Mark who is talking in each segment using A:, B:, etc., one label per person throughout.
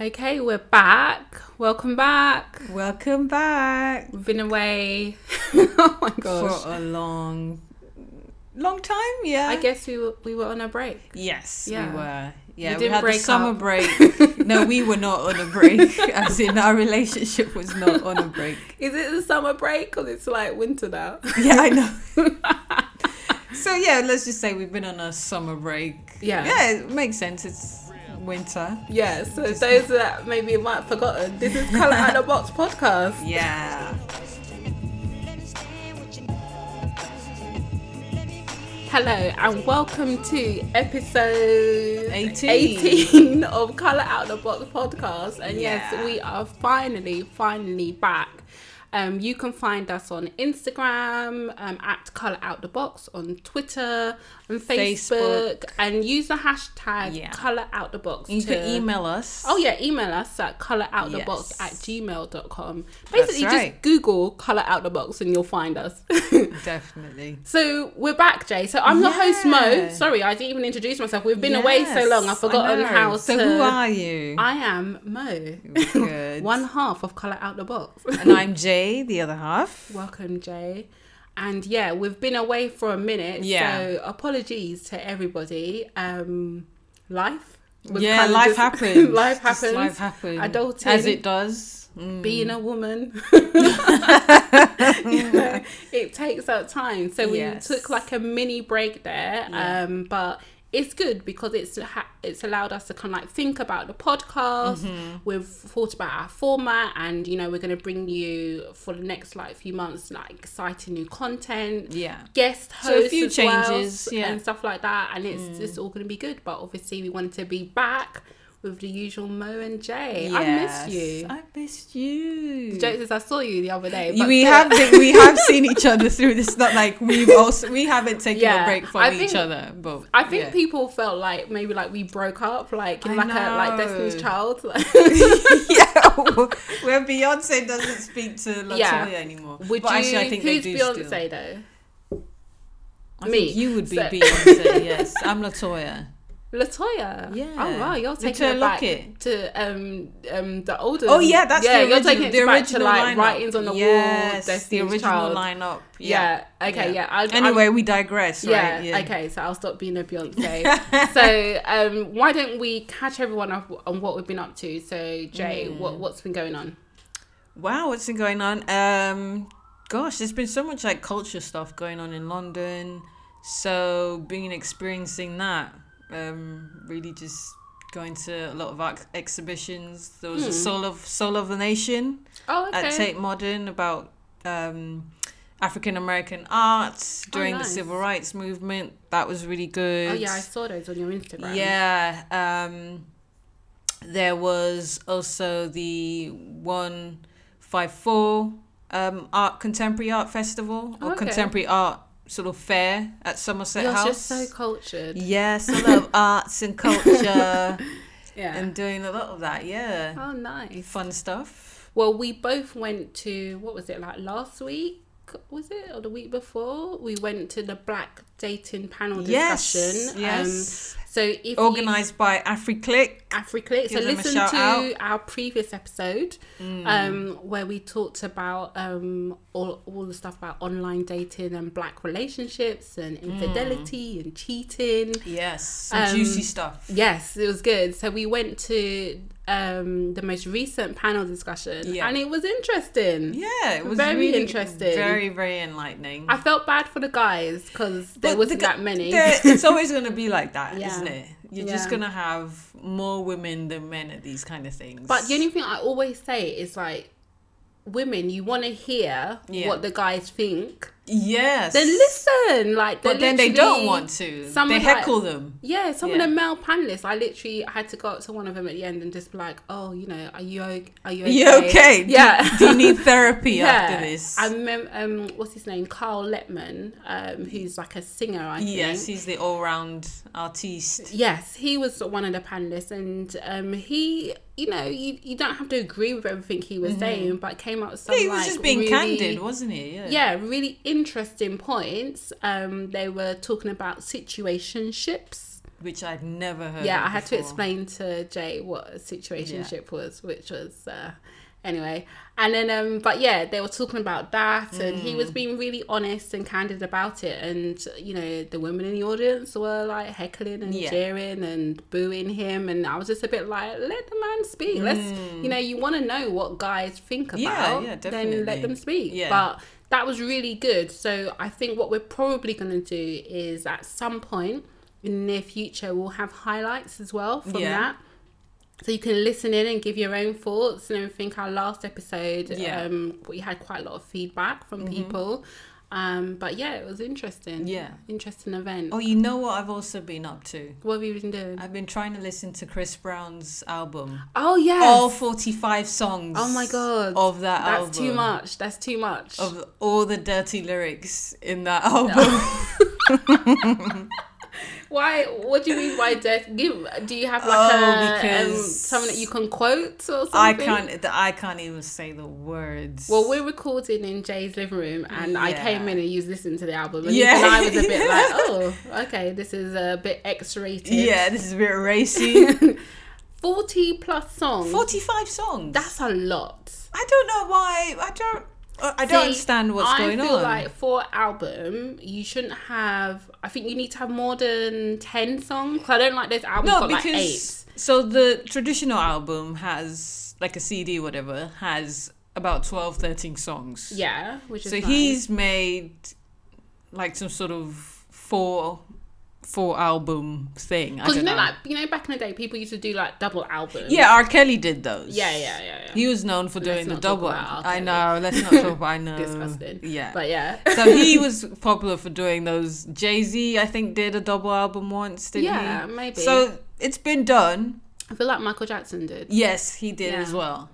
A: Okay, we're back. Welcome back.
B: Welcome back
A: We've been away. oh my gosh.
B: for a long, long time. Yeah,
A: I guess we were, we were on a break.
B: Yes,
A: Yeah.
B: we were.
A: We
B: Yeah, we,
A: didn't
B: had
A: break
B: the summer
A: up.
B: break. no, we were not on a break. As in, our relationship was not on a break.
A: Is it the summer break? Because it's like winter now.
B: Yeah, I know. so yeah, let's just say we've been on a summer break.
A: Yeah.
B: yeah, it makes sense. It's winter.
A: Yeah, so those that maybe might have forgotten, this is Colour Out of the Box podcast.
B: Yeah.
A: Hello, and welcome to episode
B: 18.
A: 18 of Colour Out the Box podcast. And yes,
B: Yeah.
A: we are finally, finally back. Um, you can find us on Instagram um, at Colour Out the Box, on Twitter, on Facebook,
B: Facebook.
A: and use the hashtag
B: Yeah.
A: Colour Out the Box.
B: You
A: to-
B: can email us.
A: Oh yeah, email us at coloroutoutthebox
B: Yes.
A: at gmail.com. Basically just
B: right.
A: Google colour out the box and you'll find us.
B: definitely.
A: So we're back, Jay. So I'm your host, Mo.
B: Yeah.
A: Sorry, I didn't even introduce myself. We've been away so
B: Yes,
A: long, I've
B: I
A: forgotten
B: know.
A: how
B: So
A: to.
B: who are you?
A: I am Mo.
B: Good.
A: One half of Colour Out the Box.
B: and I'm Jay, the other half.
A: Welcome, Jay. And yeah, we've been away for a minute.
B: Yeah.
A: So apologies to everybody. Um, life. was
B: yeah,
A: kinda
B: life
A: just-
B: happens.
A: life
B: Just
A: happens.
B: Life happens.
A: Adulting.
B: as it does. Mm.
A: being a woman You know, it takes up time so we
B: Mm-hmm. Yes.
A: took like a mini break there
B: Yeah.
A: um but it's good because it's ha- it's allowed us to kind of like think about the podcast
B: Mm-hmm.
A: we've thought about our format and you know we're going to bring you for the next like few months like exciting new content
B: Yeah.
A: guest
B: So a
A: hosts
B: few
A: as well,
B: changes, yeah. Mm.
A: and stuff like that and it's it's all going to be good but obviously we wanted to be back with the usual Mo and Jay. I
B: Yes,
A: miss you.
B: I missed you.
A: The joke is I saw you the other day.
B: Mm. You-
A: but
B: we
A: still-
B: have been, we have seen each other through this. Not like we've also we haven't taken
A: Yeah,
B: a break from
A: I
B: each
A: think-
B: other, but
A: I think
B: yeah.
A: people felt like maybe like we broke up, like in
B: I
A: like a like
B: know.
A: Destiny's Child.
B: yeah, where Beyonce doesn't speak to Latoya
A: Yeah.
B: anymore.
A: Would
B: but
A: you?
B: actually, I think
A: who's
B: they do
A: Beyonce
B: Still.
A: though?
B: I
A: Me.
B: think you would be
A: So-
B: Beyonce. Yes, I'm Latoya.
A: Latoya.
B: Yeah.
A: Oh wow, you're taking
B: Latoya
A: it back
B: Lockett.
A: to um um the older.
B: Oh yeah, that's
A: yeah.
B: the
A: you're
B: original,
A: taking it
B: the
A: back
B: original
A: to like
B: lineup.
A: writings on the wall.
B: yes, the
A: Destiny's
B: original
A: Child.
B: lineup. Yeah.
A: Yeah. Okay. Yeah. I, I-
B: Anyway, we digress, right?
A: yeah, Okay. So I'll stop being a Beyonce. so um, why don't we catch everyone up on what we've been up to? So Jay, what what's been going on?
B: Wow, what's been going on? Um, gosh, there's been so much like culture stuff going on in London. So being experiencing that, um, really just going to a lot of ex- exhibitions. There was
A: Hmm.
B: a Soul of Soul of the Nation
A: Oh,
B: at Tate Modern about um, African American arts during
A: Oh, nice.
B: the Civil Rights Movement. That was really good.
A: Oh yeah, I saw those on your Instagram.
B: Yeah. Um, there was also the 154 um, Art Contemporary Art Festival or
A: Okay.
B: Contemporary Art sort of fair at Somerset
A: you're
B: House.
A: just so cultured.
B: Yes, I love arts and culture
A: Yeah.
B: and doing a lot of that. Yeah.
A: oh nice.
B: Fun stuff.
A: Well, we both went to what was it like last week? Was it or the week before? We went to the Black Dating Panel
B: Yes.
A: discussion.
B: Yes.
A: Um, so if you
B: Organized by AfriClick.
A: AfriClick. So
B: Give them a
A: listen
B: shout
A: to
B: out. Mm.
A: our previous episode um, where we talked about um, all, all the stuff about online dating and black relationships and
B: Mm.
A: infidelity and cheating.
B: Yes. Some
A: Um,
B: juicy stuff.
A: Yes, it was good. So we went to um, the most recent panel discussion
B: Yeah.
A: and it was interesting.
B: Yeah, it was
A: Very
B: really-
A: interesting.
B: Very, very enlightening.
A: I felt bad for the guys because there
B: But
A: wasn't
B: the gu-
A: that many.
B: there- it's always going to be like that,
A: Yeah.
B: not it? You're
A: Yeah.
B: just going to have more women than men at these kind of things.
A: But the only thing I always say is like, women, you want to hear
B: Yeah.
A: what the guys think.
B: yes,
A: Then listen, like,
B: but
A: they're
B: then they don't
A: literally-
B: want to.
A: some
B: They
A: of, like-
B: heckle them.
A: Yeah, some
B: Yeah.
A: of the male panelists, I literally had to go up to one of them at the end and just be like, "Oh, you know, are you okay? Are you
B: Are
A: okay?
B: you okay? Do-
A: Yeah,
B: Do, you need therapy after this?
A: I remember, um, what's his name? Carl Letman, um, who's like a singer, I think.
B: yes, he's the all-round artiste.
A: Yes, he was one of the panelists, and um, he, you know, you, you don't have to agree with everything he was saying, but came up with some
B: Mm-hmm. He was
A: like,
B: just being
A: really-
B: candid, wasn't he? Yeah.
A: Yeah, really interesting points. Um, they were talking about situationships.
B: which I'd never heard.
A: yeah,
B: of
A: I had to
B: before.
A: explain to Jay what a situationship was, which was uh, anyway. And then, um, but yeah, they were talking about that, and he
B: Mm.
A: was being really honest and candid about it. And you know, the women in the audience were like heckling and
B: Yeah.
A: jeering and booing him, and I was just a bit like, let the man speak. Let's, you know, you want to know what guys think about,
B: Mm. Yeah, yeah,
A: then let
B: definitely.
A: them speak.
B: Yeah.
A: But that was really good. So I think what we're probably going to do is at some point in the near future, we'll have highlights as well from
B: Yeah.
A: that. So you can listen in and give your own thoughts and everything. Our last episode,
B: Yeah. Mm-hmm.
A: um, we had quite a lot of feedback from people. Um, but yeah, it was interesting.
B: Yeah.
A: Interesting event.
B: Oh, you know what I've also been up to?
A: What have you been doing?
B: I've been trying to listen to Chris Brown's album.
A: oh, yes.
B: All 45 songs.
A: Oh my God.
B: Of that
A: That's
B: album.
A: too much. That's too much.
B: Of all the dirty lyrics in that album.
A: Why? What do you mean by death? Give? Do you have like a
B: Oh,
A: um,
B: because
A: something that you can quote or something?
B: I can't I can't even say the words.
A: Well, we're recording in Jay's living room, and I
B: Yeah.
A: came in and you was listening to the album, and
B: Yeah.
A: even I was a bit like, "Oh, okay, this is a bit X-rated."
B: Yeah, this is a bit racy.
A: forty plus songs.
B: 45 songs.
A: That's a lot.
B: I don't know why. I don't uh, I don't
A: See,
B: understand what's going
A: I feel
B: on.
A: like for album, you shouldn't have. I think you need to have more than ten songs. I don't like those albums
B: no,
A: got
B: because
A: like eight.
B: so the traditional album has like a CD whatever has about 12 13 songs.
A: Yeah, which is
B: So
A: nice.
B: he's made like some sort of four four album thing. I
A: Because
B: don't
A: you know,
B: know.
A: like you know, back in the day, people used to do like double albums.
B: yeah, R. Kelly did those.
A: yeah, yeah, yeah. yeah.
B: He was known for doing the
A: not talk
B: double.
A: about R.
B: I
A: Kelly.
B: know. Let's not talk. About, I know.
A: Disgusting.
B: Yeah.
A: But yeah,
B: so he was popular for doing those. Jay Z, I think, did a double album once, didn't he?
A: yeah, maybe.
B: So it's been done.
A: I feel like Michael Jackson did.
B: Yes, he did
A: Yeah.
B: as well.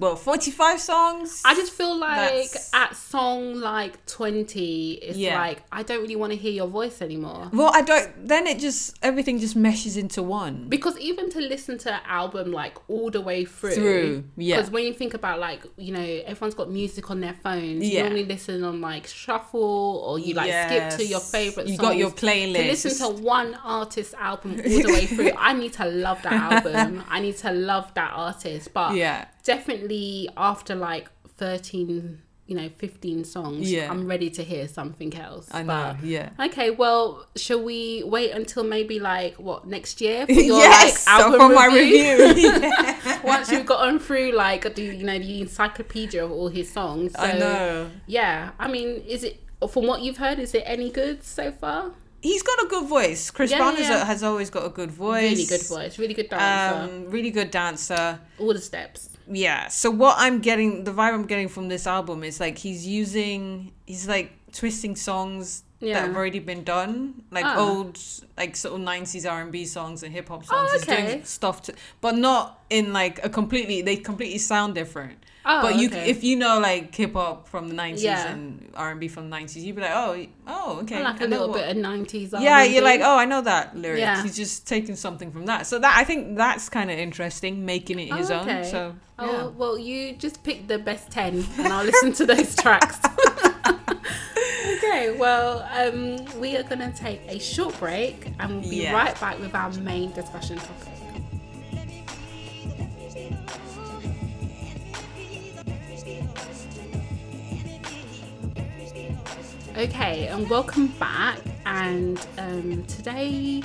B: But forty-five songs.
A: I just feel like
B: That's-
A: at song like twenty, it's
B: Yeah.
A: like I don't really want to hear your voice anymore.
B: well, I don't. Then it just everything just meshes into one.
A: Because even to listen to an album like all the way through,
B: Through, yeah.
A: Because when you think about like you know everyone's got music on their phones. You
B: Yeah.
A: normally listen on like shuffle or you like skip to your
B: Yes.
A: favorite.
B: You got your
A: songs.
B: playlist.
A: to listen to one artist's album all the way through. I need to love that album. I need to love that artist. But
B: Yeah.
A: definitely after like 13, you know, 15 songs,
B: Yeah.
A: I'm ready to hear something else.
B: I know. Yeah.
A: But, okay, well, shall we wait until maybe like what next year for your
B: yes.
A: like
B: so
A: album
B: for my
A: review?
B: review.
A: Once you've gotten through like the you know the encyclopedia of all his songs. So,
B: I know.
A: Yeah, I mean, is it from what you've heard? Is it any good so far?
B: He's got a good voice. Chris
A: Yeah,
B: Brown
A: yeah,
B: has-
A: yeah.
B: has always got a good voice.
A: Really good voice, really good dancer,
B: Um, really good dancer.
A: all the steps.
B: Yeah. So what I'm getting, the vibe I'm getting from this album is like he's using, he's like twisting songs
A: Yeah.
B: that have already been done, like
A: Ah. Oh,
B: old, like sort of nineties R and B songs and hip hop songs. He's
A: okay.
B: doing stuff to, but not in like a completely. They completely sound different.
A: Oh,
B: but you,
A: okay.
B: if you know like hip hop from the nineties
A: Yeah.
B: and R and B from the nineties, you'd be like, oh, oh, okay,
A: I like
B: I
A: a
B: know
A: little
B: what-
A: bit of nineties.
B: yeah, you're like, oh, I know that lyric.
A: Yeah.
B: He's just taking something from that. So that I think that's kind of interesting, making it his
A: Oh, okay.
B: own. So
A: Oh
B: yeah.
A: well, you just pick the best ten, and I'll listen to those tracks. okay, well, um, we are gonna take a short break, and we'll be
B: Yeah.
A: right back with our main discussion topic. Okay, and welcome back. And um, today,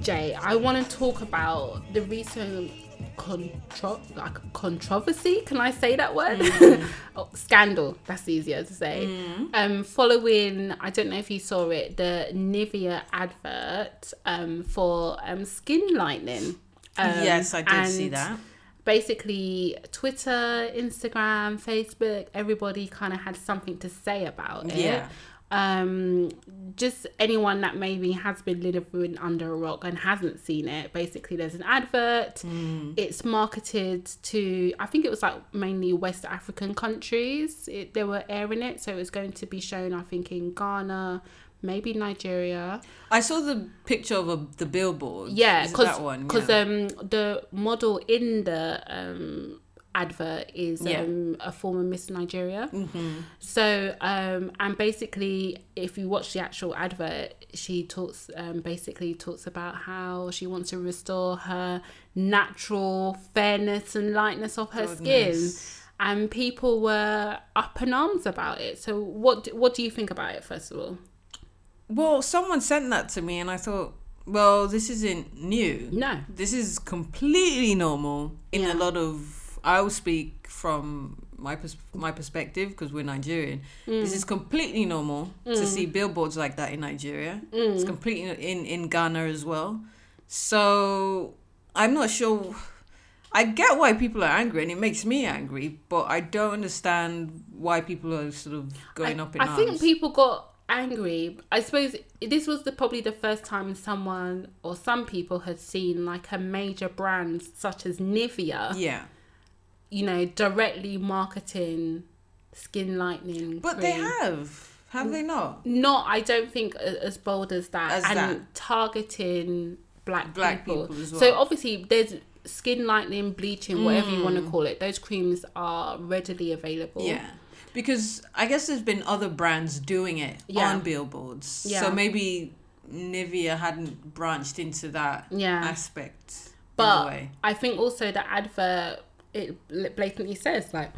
A: Jay, I want to talk about the recent contro- like controversy. Can I say that word? oh, scandal. That's easier to say. Um, following, I don't know if you saw it, the Nivea advert um, for um, skin lightening. Um,
B: yes, I did see
A: and
B: that.
A: basically Twitter, Instagram, Facebook, everybody kind of had something to say about it.
B: Yeah.
A: Um, just anyone that maybe has been living under a rock and hasn't seen it. Basically, there's an advert. It's marketed to, I think it was like mainly West African countries. It, they were airing it, so it was going to be shown. I think in Ghana, maybe Nigeria.
B: I saw the picture of a, the billboard.
A: Yeah, um,
B: Is it
A: because
B: that one.
A: because
B: yeah.
A: um the model in the um advert is
B: Yeah. Mm-hmm.
A: um, a former Miss Nigeria. So, um, and basically, if you watch the actual advert, she talks um, basically talks about how she wants to restore her natural fairness and lightness of her
B: Goodness.
A: skin. And people were up in arms about it. So, what what do you think about it? First of all,
B: Well, someone sent that to me, and I thought, well, this isn't new.
A: no,
B: This is completely normal in
A: Yeah.
B: a lot of. I'll speak from my pers- my perspective because we're Nigerian.
A: Mm.
B: This is completely normal to see billboards like that in Nigeria.
A: Mm.
B: It's completely in in Ghana as well. So I'm not sure. I get why people are angry, and it makes me angry, but I don't understand why people are sort of going
A: I,
B: up in
A: I
B: arms.
A: think people got angry. I suppose this was the probably the first time someone or some people had seen like a major brand such as Nivea,
B: yeah.
A: you know, directly marketing skin lightening.
B: But they
A: cream.
B: have, have they not?
A: not. I don't think a- as bold as that,
B: As
A: and
B: that.
A: targeting black
B: Black
A: people.
B: people as
A: So
B: well.
A: obviously there's. Skin lightening, bleaching, whatever you want to call it, those creams are readily available.
B: Mm. Yeah, because I guess there's been other brands doing it
A: Yeah.
B: on billboards.
A: Yeah.
B: So maybe Nivea hadn't branched into that
A: Yeah.
B: aspect. in a
A: But
B: way.
A: I think also the advert it blatantly says like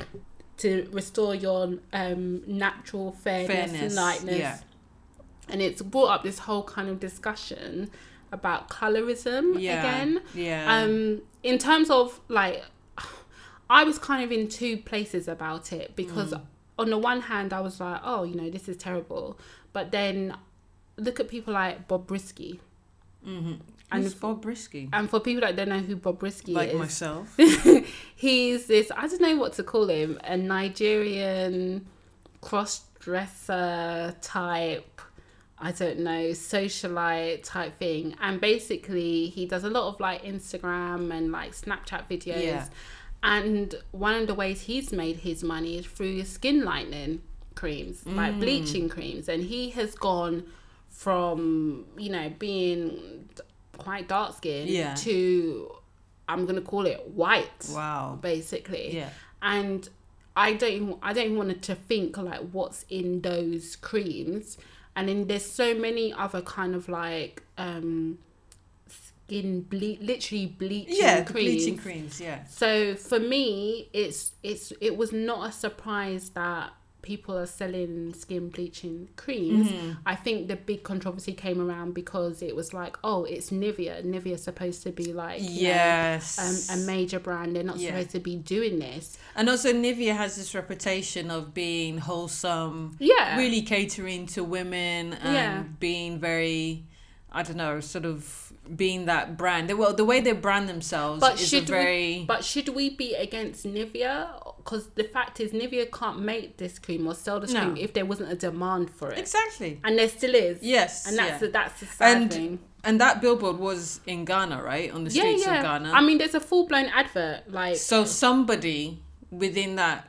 A: to restore your um, natural fairness, and
B: fairness,
A: lightness,
B: yeah,
A: and it's brought up this whole kind of discussion about colorism
B: yeah,
A: again.
B: yeah,
A: Um, in terms of like, I was kind of in two places about it because
B: Mm.
A: on the one hand I was like, oh, you know, this is terrible, but then look at people like Bob Risky,
B: and Who's Bob Risky,
A: and for people that don't know who Bob Risky
B: like
A: is,
B: myself.
A: he's this I don't know what to call him a Nigerian cross dresser type I don't know socialite type thing and basically he does a lot of like Instagram and like Snapchat videos
B: Yeah.
A: and one of the ways he's made his money is through skin lightening creams
B: Mm.
A: like bleaching creams and he has gone from you know being quite dark skinned
B: Yeah.
A: to I'm gonna call it white
B: Wow.
A: basically.
B: Yeah.
A: And I don't even, I don't even want to think like what's in those creams. And then there's so many other kind of like um skin ble- literally bleaching
B: Yeah, the
A: creams.
B: bleaching creams. Yeah,
A: So for me, it's it's it was not a surprise that people are selling skin bleaching creams.
B: Mm-hmm.
A: I think the big controversy came around because it was like, oh, it's Nivea. Nivea's supposed to be like, you know,
B: yes.
A: um, a major brand. They're not
B: Yeah.
A: supposed to be doing this.
B: and also Nivea has this reputation of being wholesome,
A: Yeah.
B: really catering to women and
A: Yeah.
B: being very I don't know, sort of being that brand. They, well, the way they brand themselves
A: But
B: is a
A: should we-
B: very
A: But should we be against Nivea? Because the fact is, Nivea can't make this cream or sell this
B: No.
A: cream if there wasn't a demand for it,
B: exactly
A: and there still is.
B: yes,
A: And that's
B: yeah.
A: the, that's the sad
B: And
A: thing.
B: and that billboard was in Ghana, right, on the
A: Yeah,
B: streets
A: yeah.
B: of Ghana.
A: I mean, there's a full blown advert. Like
B: so somebody within that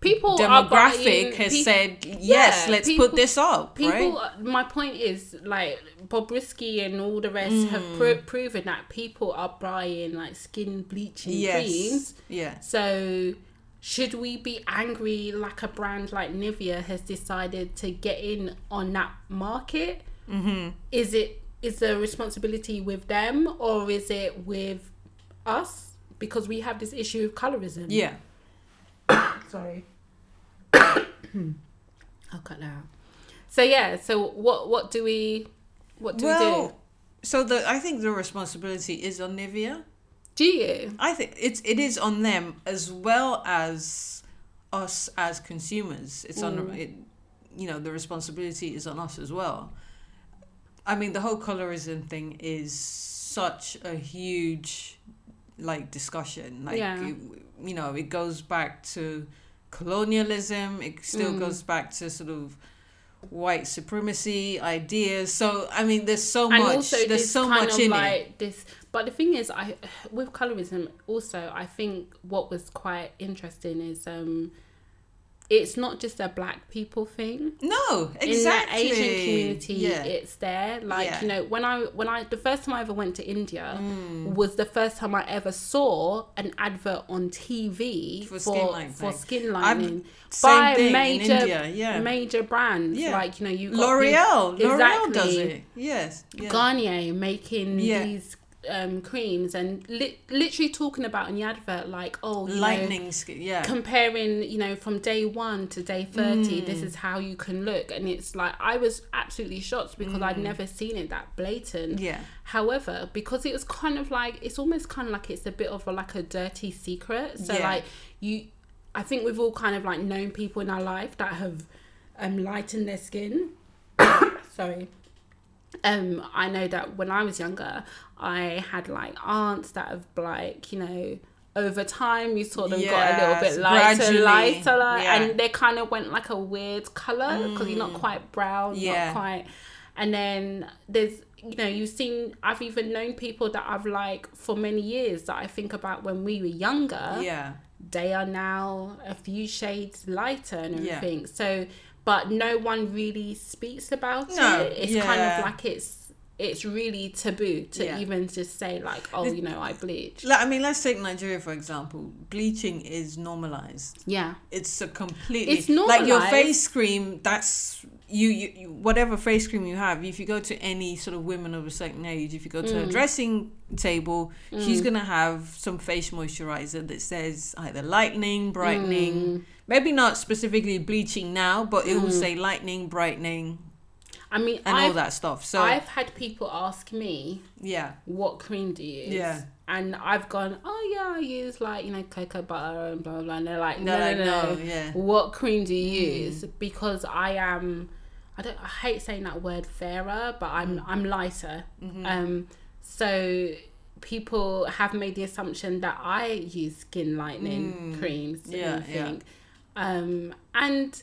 A: people are buying,
B: demographic has
A: pe-
B: said, yes,
A: yeah,
B: let's
A: people-
B: put this up,
A: People,
B: right?
A: my point is, like Bob Risky and all the rest have
B: Mm.
A: pro- proven that people are buying like skin bleaching creams
B: Yes, yeah.
A: So, should we be angry like a brand like Nivea has decided to get in on that market? Mm-hmm. Is it is the responsibility with them or is it with us? Because we have this issue of colorism.
B: Yeah.
A: Sorry. I'll cut that out. So yeah. So what what do we what do we do?
B: Well, so the I think the responsibility is on Nivea.
A: Do you?
B: I think it's it is on them as well as us as consumers. It's on
A: Mm.
B: it, you know the responsibility is on us as well. I mean the whole colorism thing is such a huge like discussion. Like
A: Yeah.
B: it, you know it goes back to colonialism. It still
A: Mm.
B: goes back to sort of white supremacy ideas. So I mean there's so
A: and
B: much
A: also
B: there's
A: this
B: so
A: kind
B: much
A: of
B: in
A: like
B: it.
A: this but the thing is i with colorism also i think what was quite interesting is um it's not just a black people thing.
B: No,
A: In
B: exactly.
A: the Asian community,
B: Yeah.
A: it's there. Like
B: Yeah.
A: you know, when I when I the first time I ever went to India
B: Mm.
A: was the first time I ever saw an advert on TV
B: For
A: for
B: skin lining.
A: for skin
B: I've-
A: lining
B: same
A: by
B: thing in
A: major
B: India, yeah.
A: major brands.
B: Yeah.
A: Like you know, you got
B: L'Oreal.
A: people-
B: L'Oreal does it. Yes. Yeah.
A: Garnier making
B: Yeah.
A: these um, creams and li- literally talking about in the advert like oh you know,
B: Lightning skin. Yeah.
A: comparing you know from day one to day 30 this is how you can look and it's like i was absolutely shocked because i'd never seen it that blatant
B: Yeah.
A: however because it was kind of like it's almost kind of like it's a bit of a, like a dirty secret so
B: Yeah.
A: like you i think we've all kind of like known people in our life that have um lightened their skin sorry um i know that when i was younger i had like aunts that have like you know over time you sort of got a little
B: Yes,
A: bit lighter
B: gradually,
A: lighter like,
B: yeah. Mm.
A: and they kind of went like a weird color because you're not quite brown
B: Yeah.
A: not quite and then there's you know you've seen i've even known people that i've like for many years that i think about when we were younger
B: yeah.
A: they are now a few shades lighter and
B: Yeah.
A: everything. So, but no one really speaks about
B: No,
A: it. It's kind
B: yeah.
A: of like it's it's really taboo to
B: Yeah.
A: even just say like, oh, you know, I bleach.
B: Like, I mean, let's take Nigeria for example. Bleaching is normalized.
A: Yeah,
B: It's a completely
A: It's
B: like your
A: normalised.
B: face cream. That's you, you, you, whatever face cream you have. If you go to any sort of women of a certain age, if you go to
A: Mm.
B: a dressing table, she's gonna have some face moisturizer that says either lightening,
A: Mm.
B: brightening. Maybe not specifically bleaching now, but it will say lightening, brightening,
A: I mean,
B: and all
A: I've,
B: that stuff. So
A: I've had people ask me,
B: yeah,
A: what cream do you use?
B: Yeah.
A: And I've gone, oh yeah, I use like you know cocoa butter and blah blah. And they're like, no,
B: no,
A: no, no, Mm.
B: no, yeah.
A: What cream do you use? Because I am, I don't, I hate saying that word fairer, but I'm, I'm lighter. Um, so people have made the assumption that I use skin lightening creams.
B: Yeah,
A: Mm. Yeah,
B: yeah.
A: yeah. Um, and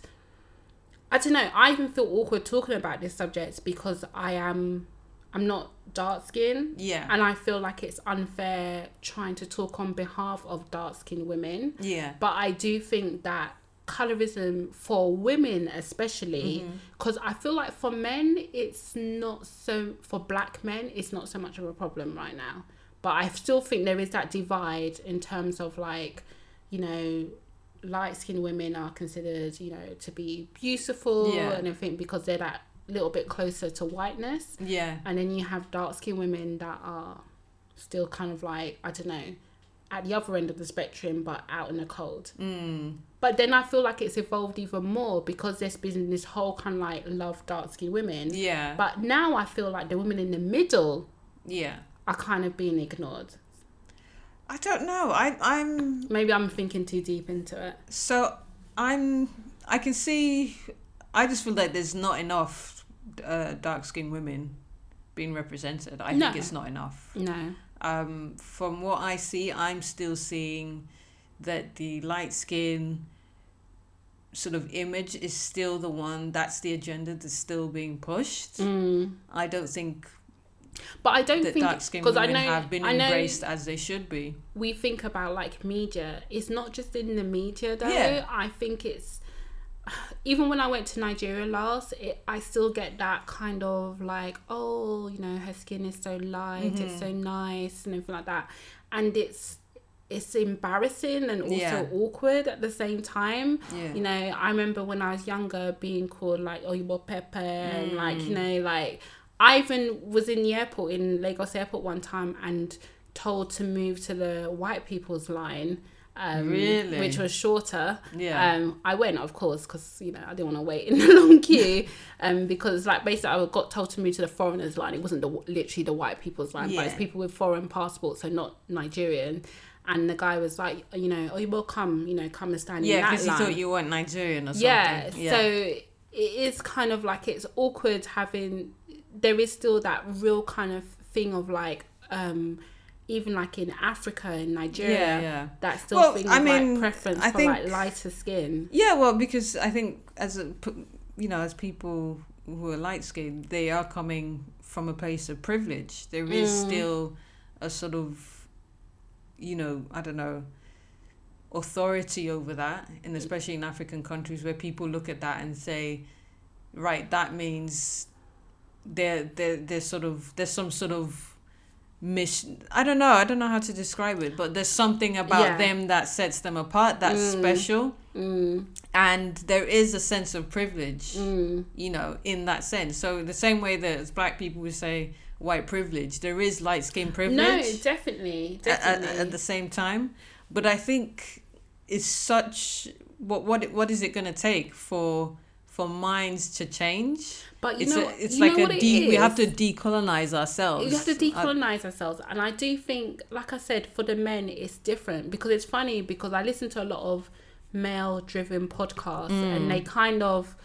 A: I don't know. I even feel awkward talking about this subject because I am, I'm not dark skin.
B: Yeah.
A: And I feel like it's unfair trying to talk on behalf of dark skinned women.
B: yeah,
A: But I do think that colorism for women, especially, because I feel like for men, it's not so, for black men, it's not so much of a problem right now. But I still think there is that divide in terms of like, you know, light skinned women are considered, you know, to be beautiful
B: Yeah.
A: and everything because they're that little bit closer to whiteness.
B: yeah.
A: And then you have dark skinned women that are still kind of like, I don't know, at the other end of the spectrum, but out in the cold.
B: Mm.
A: But then I feel like it's evolved even more because there's been this whole kind of like love dark skinned women.
B: Yeah,
A: But now I feel like the women in the middle
B: yeah.
A: are kind of being ignored.
B: I don't know. I I'm
A: Maybe I'm thinking too deep into it.
B: so I'm I can see. I just feel like there's not enough uh, dark skinned women being represented. I
A: No.
B: think it's not enough.
A: No.
B: Um, from what I see, I'm still seeing that the light skin sort of image is still the one. That's the agenda that's still being pushed.
A: Mm.
B: I don't think
A: But I don't
B: that
A: think
B: dark skinned women
A: I know
B: have been
A: I know
B: embraced as they should be.
A: we think about like media it's not just in the media though
B: Yeah.
A: i think it's even when i went to nigeria last it, i still get that kind of like oh you know her skin is so light
B: Mm-hmm.
A: it's so nice and everything like that and it's it's embarrassing and also
B: Yeah.
A: awkward at the same time
B: Yeah.
A: you know i remember when i was younger being called like oh you were pepper
B: Mm.
A: and like you know like i even was in the airport in lagos airport one time and told to move to the white people's line um,
B: Really?
A: which was shorter
B: Yeah.
A: um i went of course because you know i didn't want to wait in the long queue um because like basically i got told to move to the foreigners line it wasn't the literally the white people's line but it's
B: Yeah.
A: people with foreign passports so not nigerian and the guy was like you know oh you will come you know come and stand in
B: Yeah,
A: that
B: because you
A: line
B: thought you weren't Nigerian or something.
A: yeah, so it is kind of like it's awkward having there is still that real kind of thing of like um even like in africa and nigeria
B: Yeah, yeah.
A: that still
B: Well,
A: thing
B: I
A: of
B: mean,
A: like preference
B: I
A: for
B: think-
A: like lighter skin
B: Yeah, well, because I think as a, p- you know, as people who are light skinned, they are coming from a place of privilege. There is
A: Mm.
B: still a sort of, you know, I don't know, authority over that, and especially in African countries where people look at that and say, right, that means there there there's sort of there's some sort of mission. I don't know. I don't know how to describe it, but there's something about
A: Yeah.
B: them that sets them apart. That's
A: Mm.
B: special,
A: Mm,
B: and there is a sense of privilege
A: mm,
B: you know, in that sense. So the same way that as black people would say white privilege, there is light skin
A: no,
B: privilege
A: definitely,
B: a- a-
A: definitely.
B: At, the same time. But I think it's such what what what is it going to take for for minds to change?
A: but you
B: it's
A: know,
B: a, it's
A: you
B: like
A: know
B: a
A: what it
B: de- we
A: is?
B: have to decolonize ourselves.
A: You have to
B: Uh,
A: decolonize ourselves. And I do think, like I said, for the men, it's different because it's funny because I listen to a lot of male driven podcasts
B: Mm.
A: and they kind of,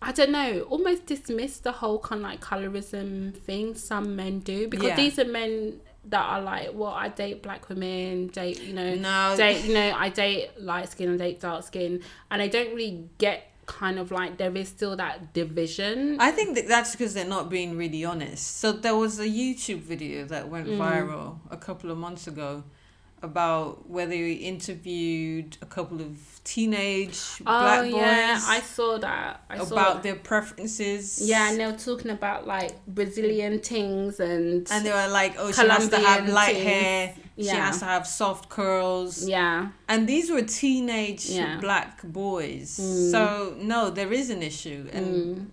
A: I don't know, almost dismiss the whole kind of like colorism thing some men do because
B: Yeah.
A: these are men that are like, well, I date black women, date, you know,
B: no,
A: date you know i date light skin and date dark skin and i don't really get kind of like there is still that division
B: I think that that's because they're not being really honest. So there was a YouTube video that went
A: Mm.
B: viral a couple of months ago about where they interviewed a couple of teenage black
A: oh
B: boys
A: yeah i saw that i saw
B: about
A: that.
B: their preferences.
A: yeah and they were talking about like brazilian things and,
B: and they were like, "Oh, she has to have
A: Colombian
B: light
A: things.
B: hair. She
A: Yeah.
B: has to have soft curls."
A: yeah
B: And these were teenage
A: Yeah. Mm.
B: black boys. So no, there is an issue, and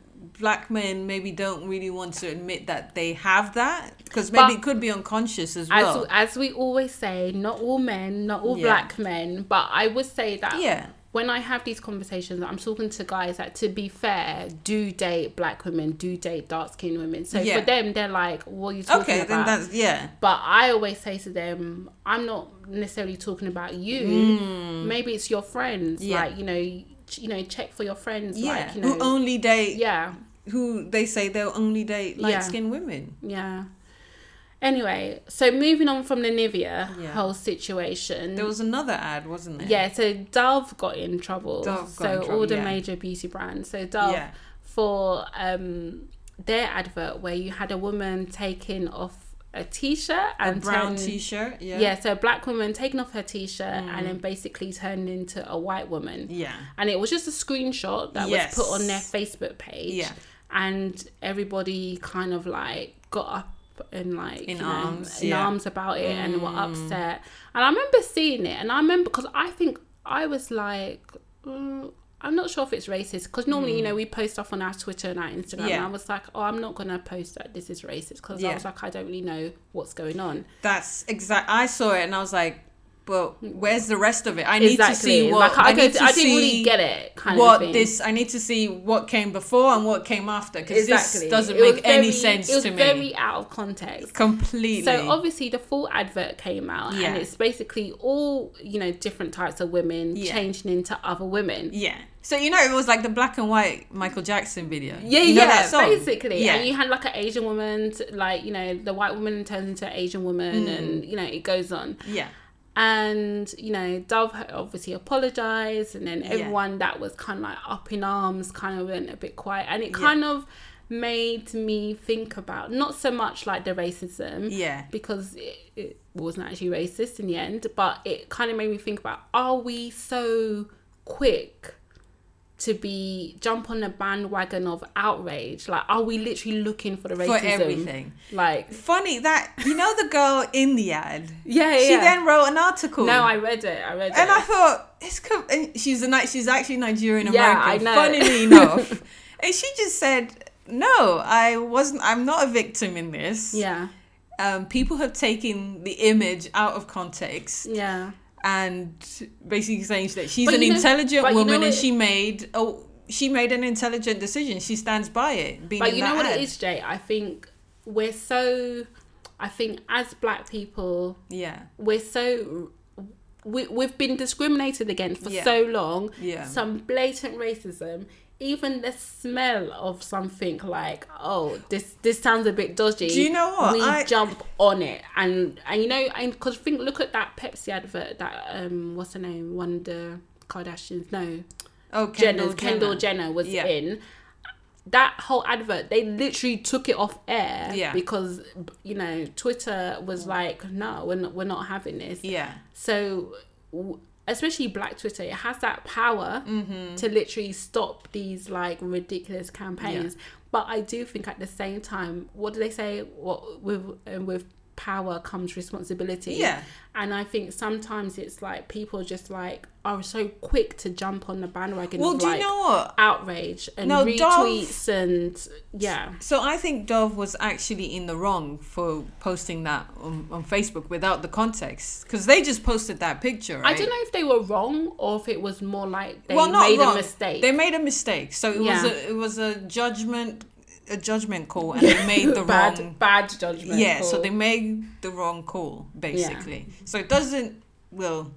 B: black men maybe don't really want to admit that they have that because maybe
A: But-
B: it could be unconscious as
A: as,
B: well.
A: as we always say not all men not all
B: Yeah.
A: black men but i would say that
B: yeah,
A: when I have these conversations, I'm talking to guys that, to be fair, do date black women, do date dark skinned women. So
B: Yeah.
A: for them, they're like, "What are you talking
B: okay,
A: about?"
B: then that's yeah,
A: But I always say to them, I'm not necessarily talking about you. Maybe it's your friends.
B: Mm. Yeah.
A: Like you know, ch- you know, check for your friends.
B: yeah.
A: Like you
B: who
A: know,
B: only date
A: yeah,
B: who they say they'll only date light skinned women.
A: yeah. Anyway, so moving on from the Nivea
B: Yeah.
A: whole situation.
B: There was another ad, wasn't there?
A: Mm. yeah, so Dove got in trouble.
B: Dove got
A: so
B: in
A: all
B: trouble,
A: the
B: yeah.
A: major beauty brands. So Dove
B: yeah,
A: for um their advert where you had a woman taking off a t-shirt
B: a
A: and
B: brown
A: turning-
B: T-shirt. Mm. Yeah,
A: Oh, Yeah. so a black woman taking off her t-shirt and then basically turned into a white woman.
B: yeah,
A: And it was just a screenshot that
B: Yes.
A: was put on their Facebook page.
B: Yeah.
A: And everybody kind of like got up and like
B: In
A: you know,
B: arms,
A: in
B: yeah. Mm.
A: arms about it and were upset. And I remember seeing it and I remember because I think I was like mm, I'm not sure if it's racist because normally, you know, we post stuff on our Twitter and our Instagram.
B: Mm. Yeah.
A: And I was like, oh, I'm not going to post that this is racist because I
B: Yeah.
A: was like, I don't really know what's going on.
B: That's exact. I saw it and I was like, "But where's the rest of it? I need to see what
A: Mm. like, I,
B: need
A: don't-
B: to
A: I didn't really
B: see
A: get it. Kind of
B: what
A: thing.
B: this I need to see what came before and what came after because this doesn't
A: It was
B: make
A: very-
B: any sense
A: it was
B: to me
A: very out of context.
B: completely.
A: So obviously the full advert came out
B: Yeah.
A: and it's basically all, you know, different types of women
B: Yeah.
A: changing into other women.
B: yeah. So you know it was like the black and white Michael Jackson video.
A: Yeah,
B: you know
A: yeah,
B: that song?
A: basically.
B: Yeah.
A: And you had like an Asian woman, t like, you know, the white woman turns into an Asian woman
B: Mm.
A: and, you know, it goes on.
B: yeah.
A: And, you know, Dove had obviously apologized and then everyone that was kind of like up in arms kind of went a bit quiet. And it kind of made me think about not so much like the racism.
B: Yeah.
A: because it, it wasn't actually racist in the end, but it kind of made me think about are we so quick to be jump on the bandwagon of outrage? Like, are we literally looking for the
B: For
A: racism?
B: everything.
A: Like,
B: Funny that you know the girl in the ad.
A: yeah, yeah.
B: She then wrote an article.
A: no, I read it. I read
B: And
A: it.
B: I thought it's co- and she's a night. She's actually Nigerian
A: Yeah,
B: American.
A: I know.
B: Funnily enough, and she just said, "No, I wasn't. I'm not a victim in this.
A: yeah,
B: Um, people have taken the image out of context
A: yeah.
B: and basically saying that she's
A: But
B: an
A: you know-
B: intelligent
A: but you know
B: woman and
A: what-
B: she made oh she made an intelligent decision. She stands by it. Being
A: But
B: in
A: you know
B: that
A: what
B: ad.
A: it is, Jay? I think we're so. I think as black people,
B: Yeah,
A: we're so we, we've been discriminated against for
B: Yeah.
A: so long
B: Yeah.
A: some blatant racism even the smell of something like oh this this sounds a bit dodgy
B: Do you know what?
A: we
B: I-
A: jump on it and and you know and because think look at that pepsi advert that um what's her name one of the kardashians no
B: oh
A: Jenner,
B: Kendall
A: Kendall Jenner was
B: Yeah.
A: in. That whole advert, they literally took it off air
B: Yeah. Mm.
A: because you know Twitter was like, "No, we're not, we're not having this."
B: Yeah,
A: So w- especially Black Twitter, it has that power
B: Mm-hmm.
A: to literally stop these like ridiculous campaigns. But I do think at the same time, what do they say? What with uh, with power comes responsibility.
B: Yeah.
A: And I think sometimes it's like people just like are so quick to jump on the bandwagon.
B: Well,
A: of,
B: do you
A: like,
B: know what?
A: outrage and
B: No, Dove-
A: retweets and yeah.
B: So I think Dove was actually in the wrong for posting that on, on Facebook without the context because they just posted that picture.
A: I
B: Right?
A: don't know if they were wrong or if it was more like they
B: well, not
A: made
B: wrong.
A: a mistake.
B: They made a mistake. So it was
A: Yeah.
B: a it was a judgment a judgment call, and they made the
A: bad,
B: wrong
A: bad judgment.
B: yeah. So
A: call.
B: they made the wrong call basically. So it doesn't well.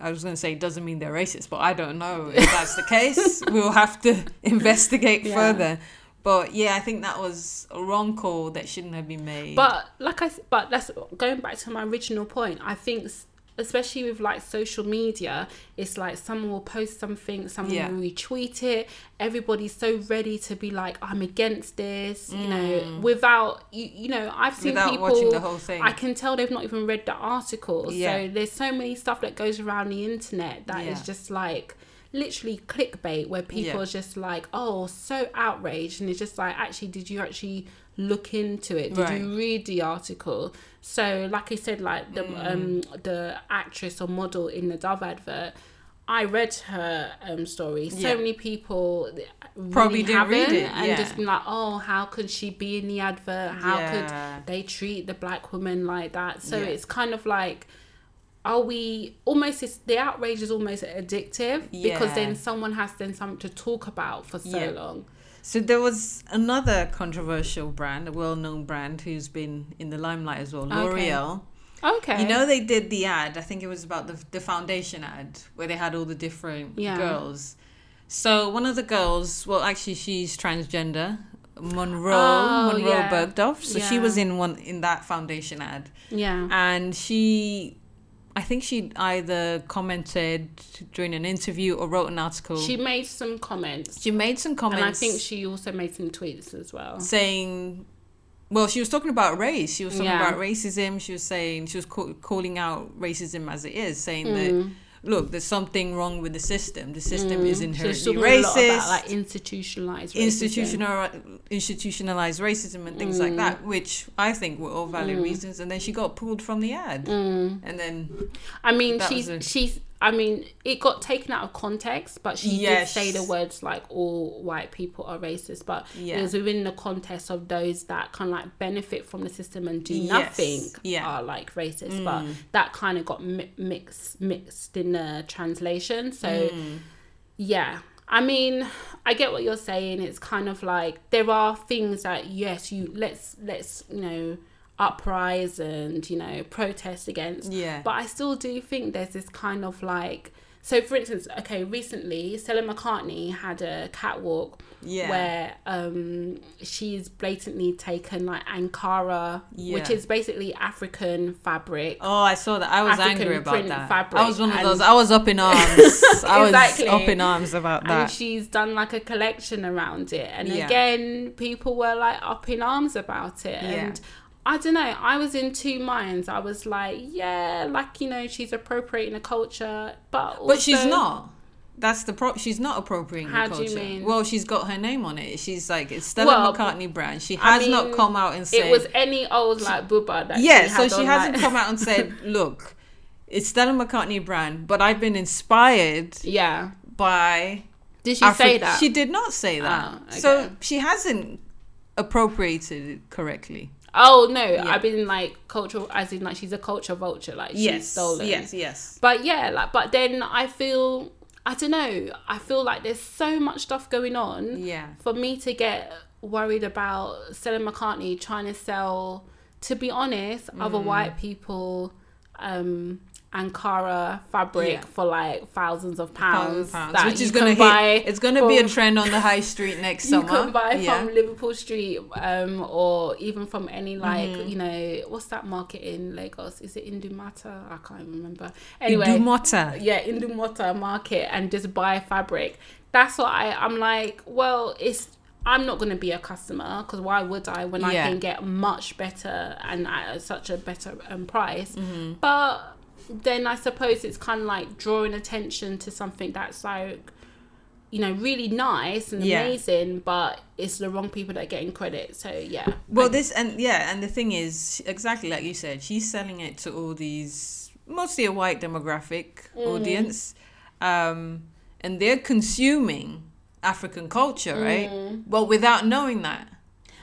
B: I was going to say it doesn't mean they're racist, but I don't know if that's the case. we'll have to investigate
A: Yeah.
B: further. But yeah, I think that was a wrong call that shouldn't have been made.
A: But like I, s- but that's going back to my original point. I think, s- especially with like social media, it's like someone will post something, someone
B: Yeah.
A: will retweet it. Everybody's so ready to be like, I'm against this, you know, without you, you know, I've seen
B: Mm. Without
A: people
B: watching the whole thing.
A: I can tell they've not even read the article.
B: Yeah.
A: So there's so many stuff that goes around the internet that is
B: Yeah.
A: just like literally clickbait where people
B: Yeah.
A: are just like, oh, so outraged. And it's just like, actually, did you actually look into it? Did
B: Right.
A: you read the article? So, like I said, like the
B: Mm.
A: um the actress or model in the Dove advert, I read her um story. So
B: Yeah.
A: many people th- really
B: Probably didn't read
A: haven't
B: it,
A: and
B: yeah.
A: just been like, oh, how could she be in the advert? How
B: Yeah.
A: could they treat the black woman like that? So
B: Yeah.
A: it's kind of like. Are we almost? It's, the outrage is almost addictive because
B: Yeah.
A: then someone has then something to talk about for so
B: Yeah.
A: long.
B: So there was another controversial brand, a well-known brand who's been in the limelight as well,
A: Okay.
B: L'Oreal.
A: Okay.
B: You know they did the ad, I think it was about the the foundation ad where they had all the different
A: Yeah.
B: girls. So one of the girls, well actually she's transgender, Monroe,
A: Oh,
B: Monroe
A: yeah.
B: Bergdorf. So she
A: Yeah.
B: was in one in that foundation ad.
A: Yeah.
B: and she I think she either commented during an interview or wrote an article.
A: She made some comments,
B: she made some comments.
A: and I think she also made some tweets as well.
B: saying well she was talking about race she was talking
A: Yeah.
B: about racism she was saying she was ca- calling out racism as it is saying
A: Mm.
B: that look there's something wrong with the system the system is
A: She's
B: inherently
A: Mm. talking a lot
B: racist
A: about like institutionalized racism.
B: institutional institutionalized racism and things
A: Mm.
B: like that which i think were all valid reasons and then she got pulled from the ad
A: Mm.
B: and then
A: I mean,
B: That
A: she's
B: was a-
A: she's. I mean, it got taken out of context, but she
B: Yes.
A: did say the words like all white people are racist, but
B: Yeah.
A: it was within the context of those that kind of like benefit from the system and do
B: Yes.
A: nothing
B: Yeah. Mm.
A: are like racist. But that kind of got mi- mixed mixed in the translation. So
B: Mm.
A: yeah. I mean, I get what you're saying. It's kind of like there are things that yes, you let's let's, you know, uprise and, you know, protest against.
B: Yeah.
A: But I still do think there's this kind of like so for instance, okay, recently Stella McCartney had a catwalk
B: Yeah.
A: where um she's blatantly taken like Ankara, which
B: Yeah.
A: is basically African fabric.
B: Oh, I saw that. I was
A: African
B: angry about
A: print
B: that.
A: fabric
B: I was one of
A: and-
B: those. I was up in arms. I was
A: Exactly.
B: up in arms about
A: and
B: that.
A: she's done like a collection around it and
B: Yeah.
A: again people were like up in arms about it
B: Yeah.
A: and I don't know. I was in two minds. I was like, yeah, like you know, she's appropriating a culture, but
B: but she's
A: also-
B: not. That's the pro. She's not appropriating
A: How
B: the
A: do you
B: culture.
A: mean?
B: Well, she's got her name on it. She's like it's Stella
A: Well,
B: McCartney brand. She
A: I
B: has not
A: mean,
B: come out and said.
A: It was any old like booba that.
B: yeah.
A: she
B: so
A: had
B: she
A: on,
B: hasn't
A: like-
B: come out and said, "Look, it's Stella McCartney brand," but I've been inspired
A: yeah.
B: by.
A: Did she
B: Afri-
A: say that?
B: She did not say that.
A: Oh,
B: So
A: okay.
B: she hasn't appropriated it correctly.
A: Oh no, I've been like cultural, as in like she's a culture vulture, like she's stolen.
B: Yes. Yes.
A: But yeah, like but then I feel I don't know. I feel like there's so much stuff going on.
B: Yeah.
A: For me to get worried about Stella McCartney trying to sell, to be honest,
B: Mm.
A: other white people, um, Ankara fabric
B: Yeah.
A: for like thousands of pounds,
B: pounds, pounds
A: that
B: which is
A: you can
B: going to
A: buy
B: hit. It's going to be a
A: from-
B: trend on the high street next
A: you
B: summer.
A: can buy
B: yeah. Mm-hmm.
A: from Liverpool Street um, or even from any like you know what's that market in Lagos? Is it Indumata? I can't remember. Anyway,
B: Idumota.
A: yeah, Indumota market and just buy fabric. That's what I. I'm like, well, it's. I'm not going to be a customer because why would I when I
B: Yeah. Mm-hmm.
A: can get much better and at such a better um, price? But then I suppose it's kind of like drawing attention to something that's like, you know, really nice and
B: Yeah.
A: amazing, but it's the wrong people that are getting credit. So yeah,
B: Well, this and yeah, and the thing is exactly like you said, she's selling it to all these mostly a white demographic audience, um, and they're consuming African culture, right? Well, without knowing that,